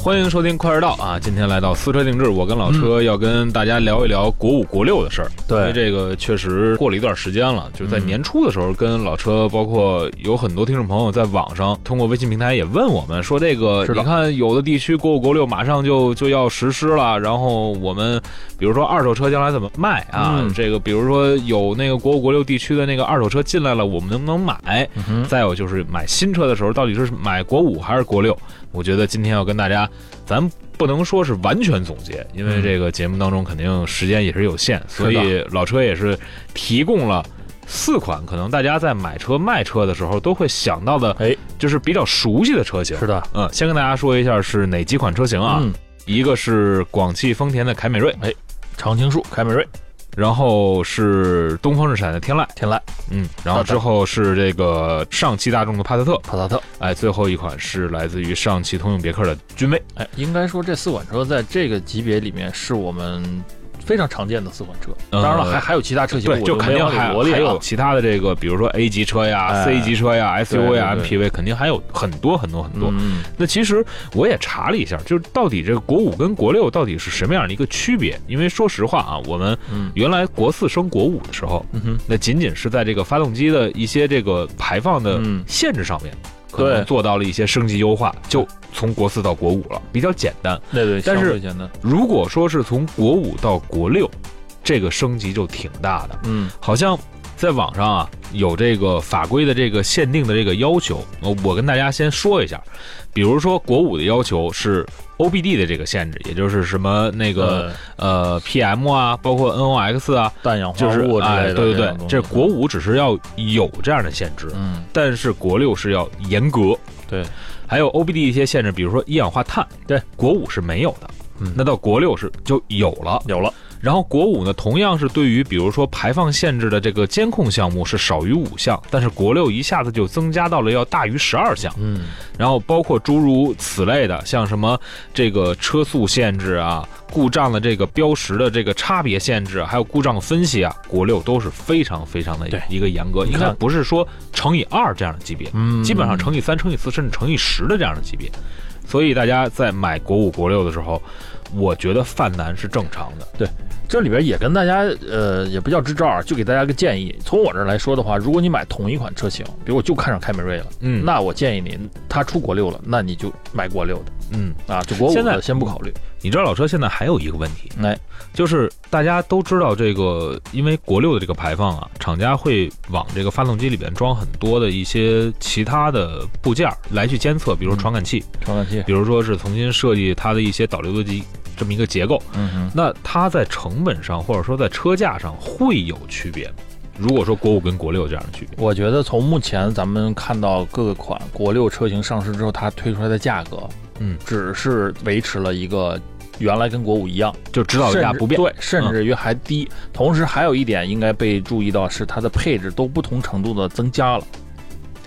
欢迎收听快车道啊！今天来到私车定制，我跟老车要跟大家聊一聊国五、国六的事儿。嗯对因为这个确实过了一段时间了，就是在年初的时候，跟老车，包括有很多听众朋友在网上通过微信平台也问我们说，这个是的你看有的地区国五、国六马上就就要实施了，然后我们比如说二手车将来怎么卖啊？嗯这个比如说有那个国五、国六地区的那个二手车进来了，我们能不能买？嗯哼再有就是买新车的时候，到底是买国五还是国六？我觉得今天要跟大家，咱不能说是完全总结，因嗯为这个节目当中肯定时间也是有限，所以老车也是提供了。四款可能大家在买车卖车的时候都会想到的，哎，就是比较熟悉的车型。是的，嗯，先跟大家说一下是哪几款车型啊？嗯，一个是广汽丰田的凯美瑞，常青树、凯美瑞、然后是东风日产的天籁，天籁、嗯，然后之后是这个上汽大众的帕萨特，帕萨特，哎，最后一款是来自于上汽通用别克的君威。哎，应该说这四款车在这个级别里面是我们非常常见的四款车。呃当然了，还还有其他车型，对，我就肯定没还有罗列还有啊。其他的这个，比如说 A 级车呀、哎 C 级车呀、SUV 呀、对对 MPV，肯定还有很多很多很多。嗯，那其实我也查了一下，就是到底这个国五跟国六到底是什么样的一个区别？因为说实话啊，我们嗯原来国四升国五的时候，嗯哼，那仅仅是在这个发动机的一些这个排放的嗯限制上面，可能对做到了一些升级优化，就从国四到国五了，比较简单。对对，但是相对简单，如果说是从国五到国六，这个升级就挺大的，嗯好像在网上啊有这个法规的这个限定的这个要求，呃我跟大家先说一下，比如说国五的要求是 OBD 的这个限制，也就是什么那嗯个呃 PM 啊，包括 NOx 啊，氮氧化就是物之类哎，的，对对对种，东西啊这国五只是要有这样的限制，嗯但是国六是要严格。对，还有 OBD 一些限制，比如说一氧化碳，对，国五是没有的。嗯那到国六是就有了，有了，然后国五呢，同样是对于比如说排放限制的这个监控项目是少于五项，但是国六一下子就增加到了要大于十二项，嗯然后包括诸如此类的，像什么这个车速限制啊、故障的这个标识的这个差别限制，啊还有故障分析啊，国六都是非常非常的对一个严格，你应看该不是说乘以二这样的级别，嗯，基本上乘以三、乘以四，甚至乘以十的这样的级别。所以大家在买国五、国六的时候，我觉得犯难是正常的。这里边也跟大家，呃，也不叫支招啊，就给大家个建议。从我这儿来说的话，如果你买同一款车型，比如我就看上凯美瑞了，嗯那我建议你，它出国六了，那你就买国六的嗯，啊，就国五现在的先不考虑。你知道老车现在还有一个问题，哎，就是大家都知道这个，因为国六的这个排放啊，厂家会往这个发动机里边装很多的一些其他的部件儿来去监测，比如说传感器，传感器，比如说是重新设计它的一些导流的机这么一个结构。嗯哼，那它在成本上或者说在车价上会有区别吗？如果说国五跟国六这样的区别，我觉得从目前咱们看到各个款国六车型上市之后，它推出来的价格，嗯，只是维持了一个原来跟国五一样，就指导价不变，对，甚至于还低。同时还有一点应该被注意到是它的配置都不同程度的增加了。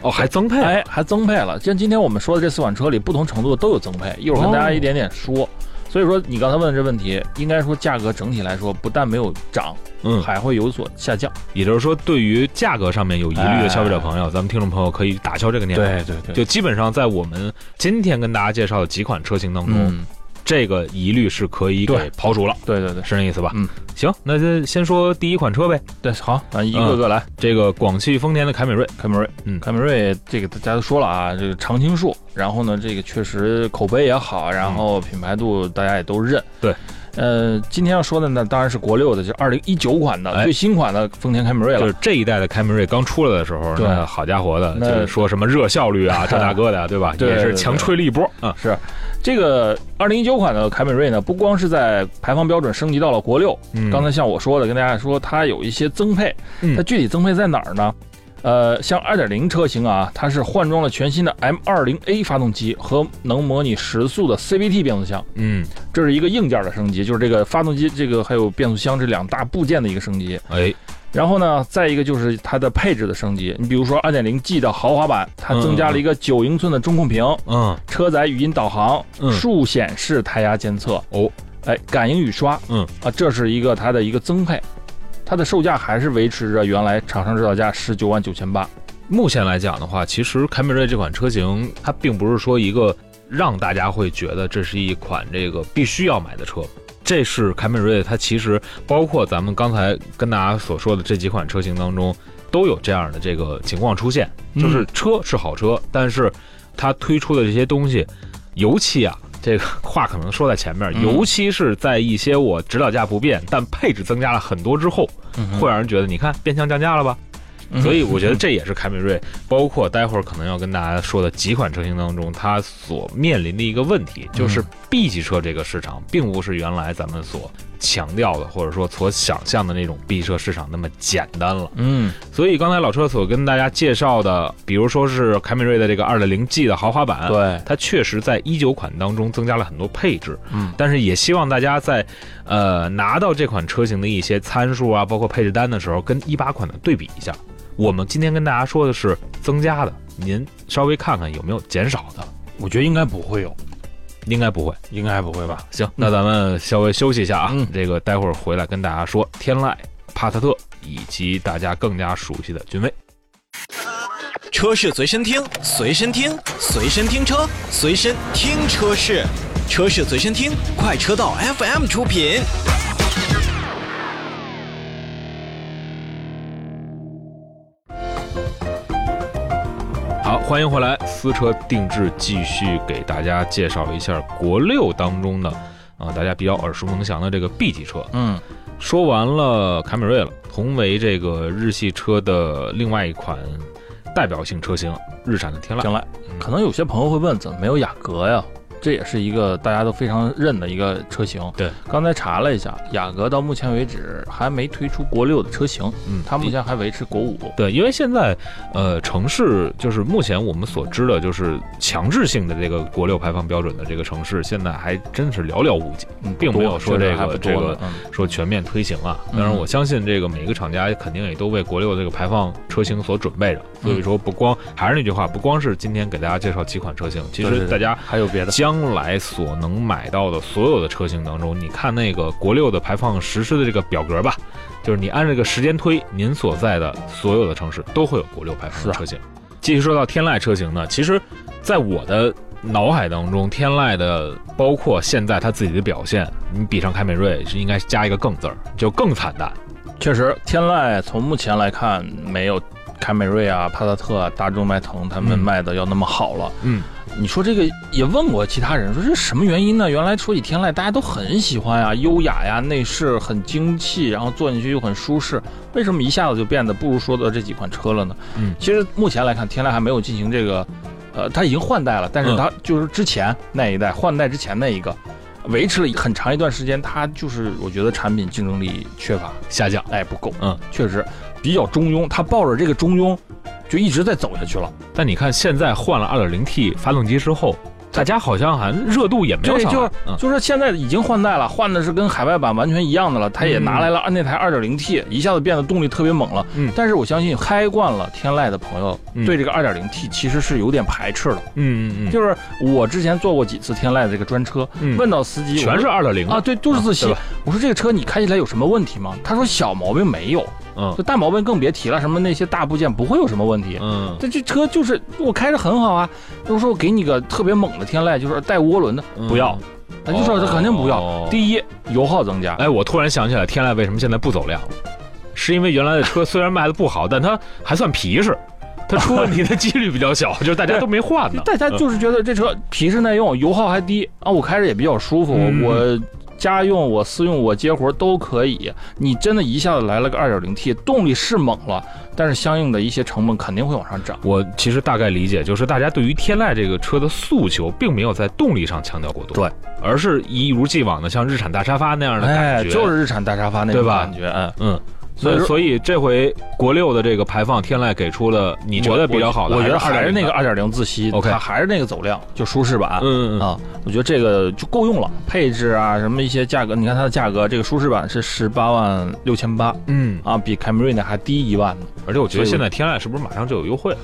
哦，还增配，哎，还增配了。像今天我们说的这四款车里，不同程度的都有增配，一会儿跟大家一点点说。所以说，你刚才问的这问题，应该说价格整体来说不但没有涨，嗯，还会有所下降。也就是说，对于价格上面有疑虑的消哎费者朋友，咱们听众朋友可以打消这个念头。对对就基本上在我们今天跟大家介绍的几款车型当中，嗯，这个疑虑是可以给对刨除了，对对对是那意思吧？嗯，行，那就先说第一款车呗，对，好，咱一个个来。这啊个广汽丰田的凯美瑞。凯美瑞，嗯凯美瑞这个大家都说了啊，这个常青树，然后呢，这个确实口碑也好，然后品牌度大家也都认。嗯对，呃，今天要说的呢，当然是国六的，就是二零一九款的、哎最新款的丰田凯美瑞了。就是这一代的凯美瑞刚出来的时候，对那好家伙的，就那是说什么热效率 啊，这大哥的，对吧？对也对嗯是对强吹了一波啊。是这个二零一九款的凯美瑞呢，不光是在排放标准升级到了国六，嗯刚才像我说的，跟大家说它有一些增配，嗯它具体增配在哪儿呢？呃，像二点零车型啊，它是换装了全新的 M 二零 A 发动机和能模拟时速的 CVT 变速箱，嗯，这是一个硬件的升级，就是这个发动机这个还有变速箱这两大部件的一个升级。哎，然后呢，再一个就是它的配置的升级，你比如说 2.0G 的豪华版，它增加了一个9英寸的中控屏，嗯车载语音导航、嗯竖显示胎压监测，哦，哎，感应雨刷，嗯啊，这是一个它的一个增配，它的售价还是维持着原来厂商指导价十九万九千八，目前来讲的话，其实凯美瑞这款车型，它并不是说一个让大家会觉得这是一款这个必须要买的车。这是凯美瑞，它其实包括咱们刚才跟大家所说的这几款车型当中，都有这样的这个情况出现，就是车是好车，但是它推出的这些东西，尤其啊，这个话可能说在前面，嗯尤其是在一些我指导价不变，但配置增加了很多之后，会让人觉得，你看变相降价了吧？嗯所以我觉得这也是凯美瑞，包括待会儿可能要跟大家说的几款车型当中，它所面临的一个问题，就是 B 级车这个市场，并不是原来咱们所强调的，或者说所想象的那种 B 车市场那么简单了。嗯所以刚才老车所跟大家介绍的，比如说是凯美瑞的这个 2.0G 的豪华版，嗯对，它确实在一九款当中增加了很多配置，嗯，但是也希望大家在，呃，拿到这款车型的一些参数啊，包括配置单的时候，跟一八款的对比一下。我们今天跟大家说的是增加的，您稍微看看有没有减少的，我觉得应该不会有，应该不会。应该不会吧？行，那咱们稍微休息一下啊，嗯这个待会儿回来跟大家说天籁、帕萨特以及大家更加熟悉的君威。车是随身听，随身听，随身听车，随身听车是，车是随身听，快车道 FM 出品。好，欢迎回来，私车定制继续给大家介绍一下国六当中的啊、大家比较耳熟能详的这个 B 级车。嗯说完了凯美瑞了，同为这个日系车的另外一款代表性车型，日产的天籁。将来可能有些朋友会问，怎么没有雅阁呀？这也是一个大家都非常认的一个车型。对，刚才查了一下，雅阁到目前为止还没推出国六的车型，嗯，它目前还维持国五。对，因为现在，呃，城市就是目前我们所知的，就是强制性的这个国六排放标准的这个城市，现在还真是寥寥无几，嗯，并没有不多说确实这个还不多这个呢嗯说全面推行啊。当然，嗯我相信这个每个厂家肯定也都为国六这个排放车型所准备着。所嗯以说，不光还是那句话，不光是今天给大家介绍几款车型，其对对实对大家还有别的，将来所能买到的所有的车型当中，你看那个国六的排放实施的这个表格吧，就是你按这个时间推，您所在的所有的城市都会有国六排放是的啊车型。继续说到天籁车型呢，其实在我的脑海当中，天籁的包括现在它自己的表现，你比上凯美瑞是应该加一个更字儿，就更惨淡。确实，天籁从目前来看没有。凯美瑞啊、帕萨特啊、大众、迈腾，他们嗯卖的要那么好了。嗯，你说这个也问过其他人，说这什么原因呢？原来说起天籁，大家都很喜欢呀，优雅呀，内饰很精气，然后坐进去又很舒适，为什么一下子就变得不如说的这几款车了呢？嗯其实目前来看，天籁还没有进行这个，呃，它已经换代了，嗯但是它就是之前那一代、换代之前那一个，呃维持了很长一段时间，它就是我觉得产品竞争力缺乏，下降。哎，不够，嗯，确实比较中庸，它抱着这个中庸就一直在走下去了。但你看现在换了 2.0T 发动机之后，大家好像还热度也没有对上来。就是嗯就是现在已经换代了，换的是跟海外版完全一样的了。它也拿来了那台 2.0T，一下子变得动力特别猛了。嗯但是我相信开惯了天籁的朋友，嗯对这个 2.0T 其实是有点排斥的。嗯嗯嗯，就是我之前坐过几次天籁的这个专车，嗯问到司机，我全说是二点零啊，，对，都是自啊对吸吧。我说这个车你开起来有什么问题吗？他说小毛病没有，嗯就大毛病更别提了，什么那些大部件不会有什么问题。嗯这这车就是我开着很好啊，就是说我给你个特别猛的天籁，就是带涡轮的，嗯不要，他就说他肯定不要。哦第一，油耗增加，哎，我突然想起来，天籁为什么现在不走量了？是因为原来的车虽然卖的不好，但它还算皮实，它出 问题的几率比较小，就是大家都没换呢。嗯大家就是觉得这车皮实耐用，油耗还低啊，我开着也比较舒服，嗯我。家用我私用我接活都可以，你真的一下子来了个 2.0T，动力是猛了，但是相应的一些成本肯定会往上涨。我其实大概理解，就是大家对于天籁这个车的诉求，并没有在动力上强调过多，对，而是一如既往的像日产大沙发那样的感哎，觉，就是日产大沙发那对种吧感觉，哎，嗯，所以那说所以这回国六的这个排放，天籁给出了你觉得比较好的，我觉得还还是那个2.0的二点零自吸 OK 它还是那个走量，就舒适版。嗯嗯嗯啊，我觉得这个就够用了，配置啊，什么一些价格，你看它的价格，这个舒适版是十八万六千八嗯，啊，比凯美瑞呢还低一万呢，而且我觉所得以现在天籁是不是马上就有优惠了？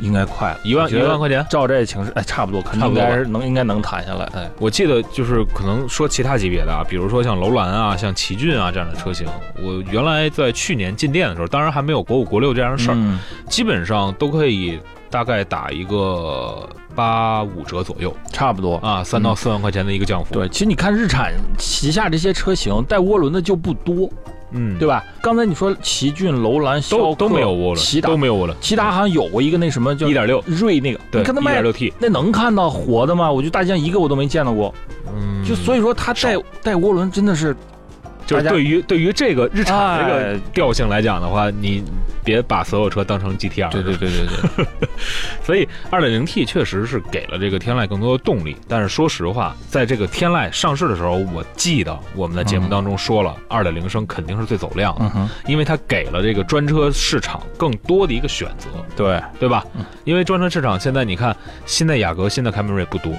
应该快了一万我一觉得万块钱？照这情势，哎，差不多，肯差定不多应吧该是能应该能谈下来，哎，我记得就是可能说其他级别的啊，比如说像楼兰啊、像奇骏啊这样的车型，我原来在去年进店的时候，当然还没有国五、国六这样的事儿，嗯基本上都可以大概打一个八五折左右差不多。啊，三到四万块钱的一个降幅。嗯对，，其实你看日产旗下这些车型带涡轮的就不多，嗯，对吧？刚才你说奇骏、楼兰、都逍都客没有涡骐轮，达都没有涡轮，骐达好像有过一个那什么叫一点六，瑞那个，对，你看他一卖点六 T，那能看到活的吗？我觉得大街上一个我都没见到过。嗯，就所以说，它带带涡轮真的是就是大家对于对于这个日产这个哎调性来讲的话，你别把所有车当成 GTR。对对对对， 所以 2.0T 确实是给了这个天籁更多的动力，但是说实话，在这个天籁上市的时候，我记得我们的节目当中说了，2.0升肯定是最走量的，嗯哼，因为它给了这个专车市场更多的一个选择，对，对吧嗯？因为专车市场现在你看，新的雅阁、新的凯美瑞不多，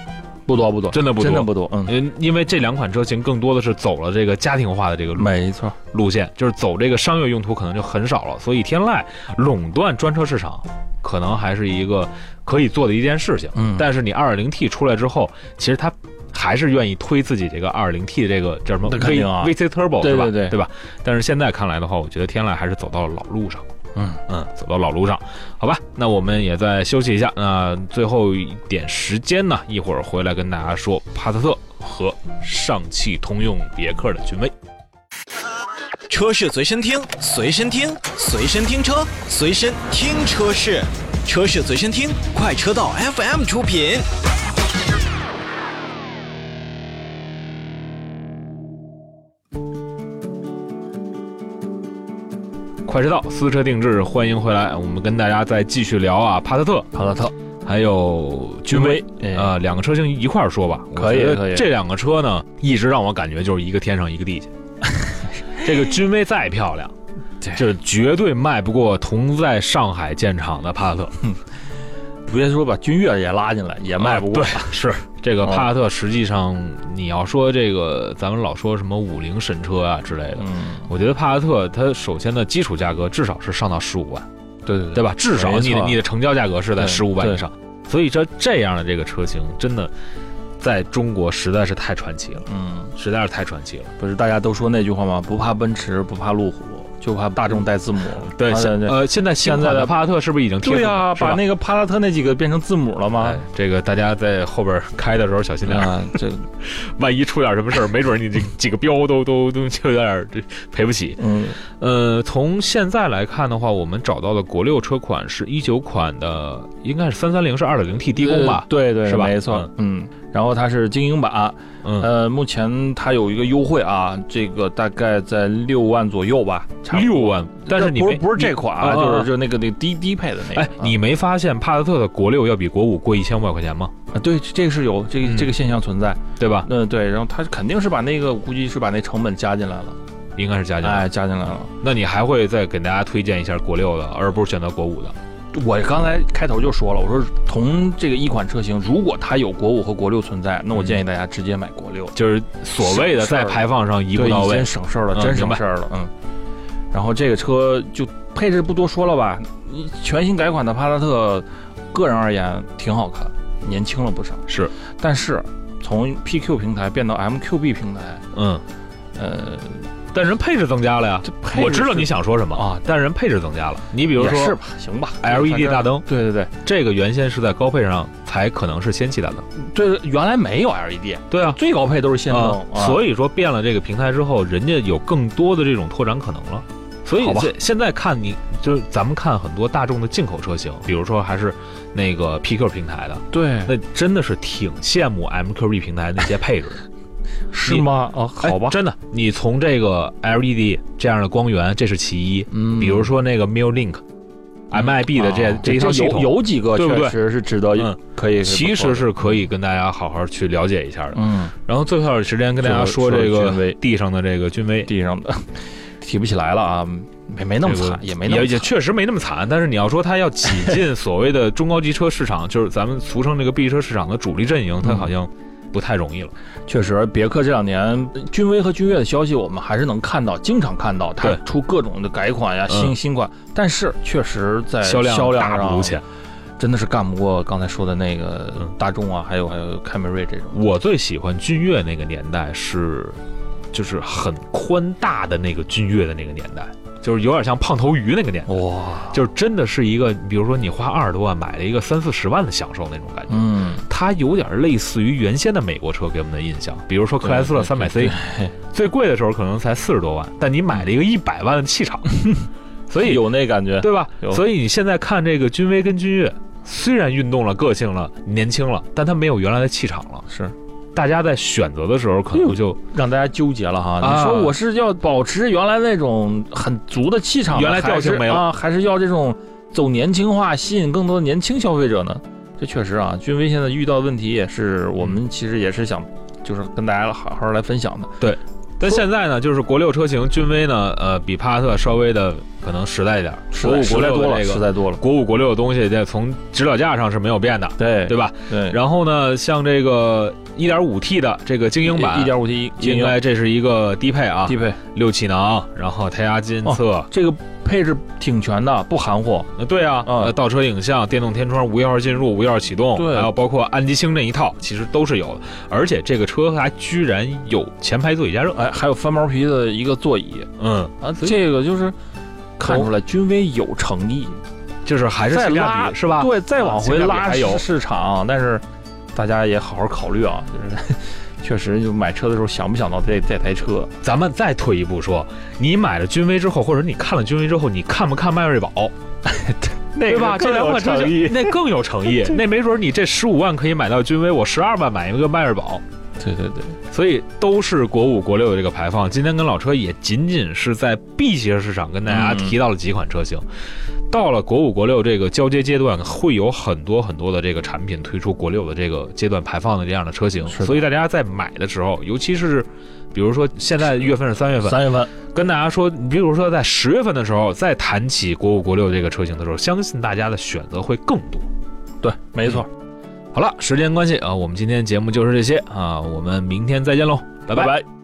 不多不多，真的不多哎真的不多，嗯，因因为这两款车型更多的是走了这个家庭化的这个路没错，路线，就是走这个商业用途可能就很少了，所以天籁垄断专车市场，可能还是一个可以做的一件事情。嗯但是你 2.0T 出来之后，其实它还是愿意推自己这个 2.0T 这个叫什么那肯 V 定啊 VC Turbo 对是吧？对对吧？但是现在看来的话，我觉得天籁还是走到了老路上。嗯嗯，走到老路上，好吧，那我们也再休息一下。那最后一点时间呢，一会儿回来跟大家说帕萨特和上汽通用别克的君威。车是随身听，随身听，随身听车，随身听车是，车是随身听，快车道 FM 出品。快车道私车定制，欢迎回来，我们跟大家再继续聊啊，帕萨特帕萨特、还有君威。啊、两个车型一块儿说吧。嗯可以我觉得可以这两个车呢，一直让我感觉就是一个天上一个 地下。这个君威再漂亮，对就是绝对卖不过同在上海建厂的帕萨特。别说把君越也拉进来，也卖不过，嗯啊对，是这个帕萨特，实际上你要说这个，咱们老说什么五菱神车啊之类的，嗯，我觉得帕萨特它首先的基础价格至少是上到十五万，对对对吧？至少你没的错你的成交价格是在对十五万以对上，所以这这样的这个车型真的在中国实在是太传奇了，嗯，实在是太传奇了。不是大家都说那句话吗？不怕奔驰，不怕路虎，就怕大众带字母。对，啊现对呃，现在新现在款的的帕萨特是不是已经贴对呀，把把那个帕萨特那几个变成字母了吗哎？，这个大家在后边开的时候小心点 儿，啊，这万一出点什么事儿，没准你这几个标都都都就有点儿这赔不起。嗯呃，从现在来看的话，我们找到的国六车款是一九款的，应该是三三零是二点零 T 低功吧呃？对对是吧没错，嗯。然后它是精英版，嗯，呃，目前它有一个优惠啊，这个大概在六万左右吧，呃差不多六万，但是你不没是不是这款啊，你就啊是就那个那个低低配的那个。嗯哎，你没发现帕萨特的国六要比国五贵一千五百块钱吗？啊对这个是有这嗯个这个现象存在，对吧？嗯对，然后它肯定是把那个我估计是把那成本加进来了，应该是加进来。哎加进来了。那你还会再给大家推荐一下国六的，而不是选择国五的？我刚才开头就说了，我说同这个一款车型，如果它有国五和国六存在，那我建议大家直接买国六，就是所谓的省事在儿排放上一步嗯对到已位经。省事儿了，嗯真明省白事儿了，嗯。然后这个车就配置不多说了吧，你全新改款的帕萨特，个人而言挺好看，年轻了不少，是，但是从 PQ 平台变到 MQB 平台，嗯，呃，但人配置增加了呀。这配置我知道你是，想说什么啊，但人配置增加了。你比比如是说吧，行吧 LED 大，灯，对对对这个原先是在高配上才可能是氙气大灯。对，对原来没有 LED，对啊，最高配都是氙啊灯，，所以以说变了这个平台之后，人家有更多的这种拓展可能了。所以好吧这现在看你就是咱们看很多大众的进口车型，比如说还是那个 PQ 平台的，对那真的是挺羡慕 MQB 平台那些配置的。是你吗？啊，哎 好吧，真的，你从这个 LED 这样的光源，这是其一。嗯比如说那个 Mill Link、MIB 的这、啊这一套系有统，有几个对不对确实是值得嗯可以，其实是可以跟大家好好去了解一下的。嗯然后最后的时间跟大家说说这说个君威地上的这个君威，地上的。 提不起来了啊，没没那么惨，也没那也么也惨。确实没那么惨，但是你要说它要挤进所谓的中高级车市场，就是咱们俗称这个 B 车市场的主力阵嗯营，它好像不太容易了。确实，别克这两年君威和君越的消息，我们还是能看到，经常看到它对出各种的改款呀、新嗯新款，但是确实在销量呃销量啊大不上如前。真的是干不过刚才说的那个嗯大众啊，还有还有凯美瑞这种。我最喜欢君越那个年代是，就是很宽大的那个君越的那个年代，就是有点像胖头鱼那个年代，哇，就是真的是一个，比如说你花二十多万买了一个三四十万的享受那种感觉。嗯，它有点类似于原先的美国车给我们的印象，比如说克莱斯勒对三对百 C，最贵的时候可能才四十多万，但你买了一个一百万的气 场，所以有那感觉。对吧有？所以你现在看这个君威跟君越，虽然运动了、个性了、年轻了，但它没有原来的气场了。是哎大家在选择的时候可能就让大家纠结了哈。啊你说我是要保持原来那种很足的气场呢，原来调性还是没了啊，还是要这种走年轻化，吸引更多的年轻消费者呢？这确实啊，君威现在遇到的问题也是，我嗯们其实也是想，就是跟大家好好来分享的。但现在呢，就是国六车型君威呢，呃，比帕萨特稍微的可能实在一点儿，实国在五实国在六多了，的实这个在多了。国五国六的东西，在从指导价上是没有变的，对对吧？对，然后呢，像这个 1.5T 的这个精英版一，点五 T 应该这是一个低配啊，低配，嗯六气囊，然后胎压监测，这个配置挺全的，不含糊。呃对啊，嗯呃，倒车影像、电动天窗、无钥匙进入、无钥匙启动，对还有包括安吉星那一套，其实都是有的。而且这个车还居然有前排座椅加热，哎，还有翻毛皮的一个座椅嗯，啊，这个就是看出来君威有诚意。就是还是再性拉价比是吧？对，再往啊回性价比拉还有市市场，但是大家也好好考虑啊，就是 确实就买车的时候想不想到这这台车？咱们再退一步说，你买了君威之后，或者你看了君威之后，你看不看迈锐宝？ 对吧？这两款车就那更有诚 意，那没准你这十五万可以买到君威，我十二万买一个迈锐宝，对对对，所以都是国五、国六的这个排放。今天跟老车也仅仅是在 B 级市场跟大嗯家提到了几款车型。到了国五、国六这个交接阶段，会有很多很多的这个产品推出国六的这个阶段排放的这样的车型，是的所以大家在买的时候，尤其是比如说现在月份是三月份，三月份跟大家说，你比如说在十月份的时候，再谈起国五、国六这个车型的时候，相信大家的选择会更多。对，没错，呃好了，时间关系啊，我们今天节目就是这些啊，我们明天再见喽，拜拜拜。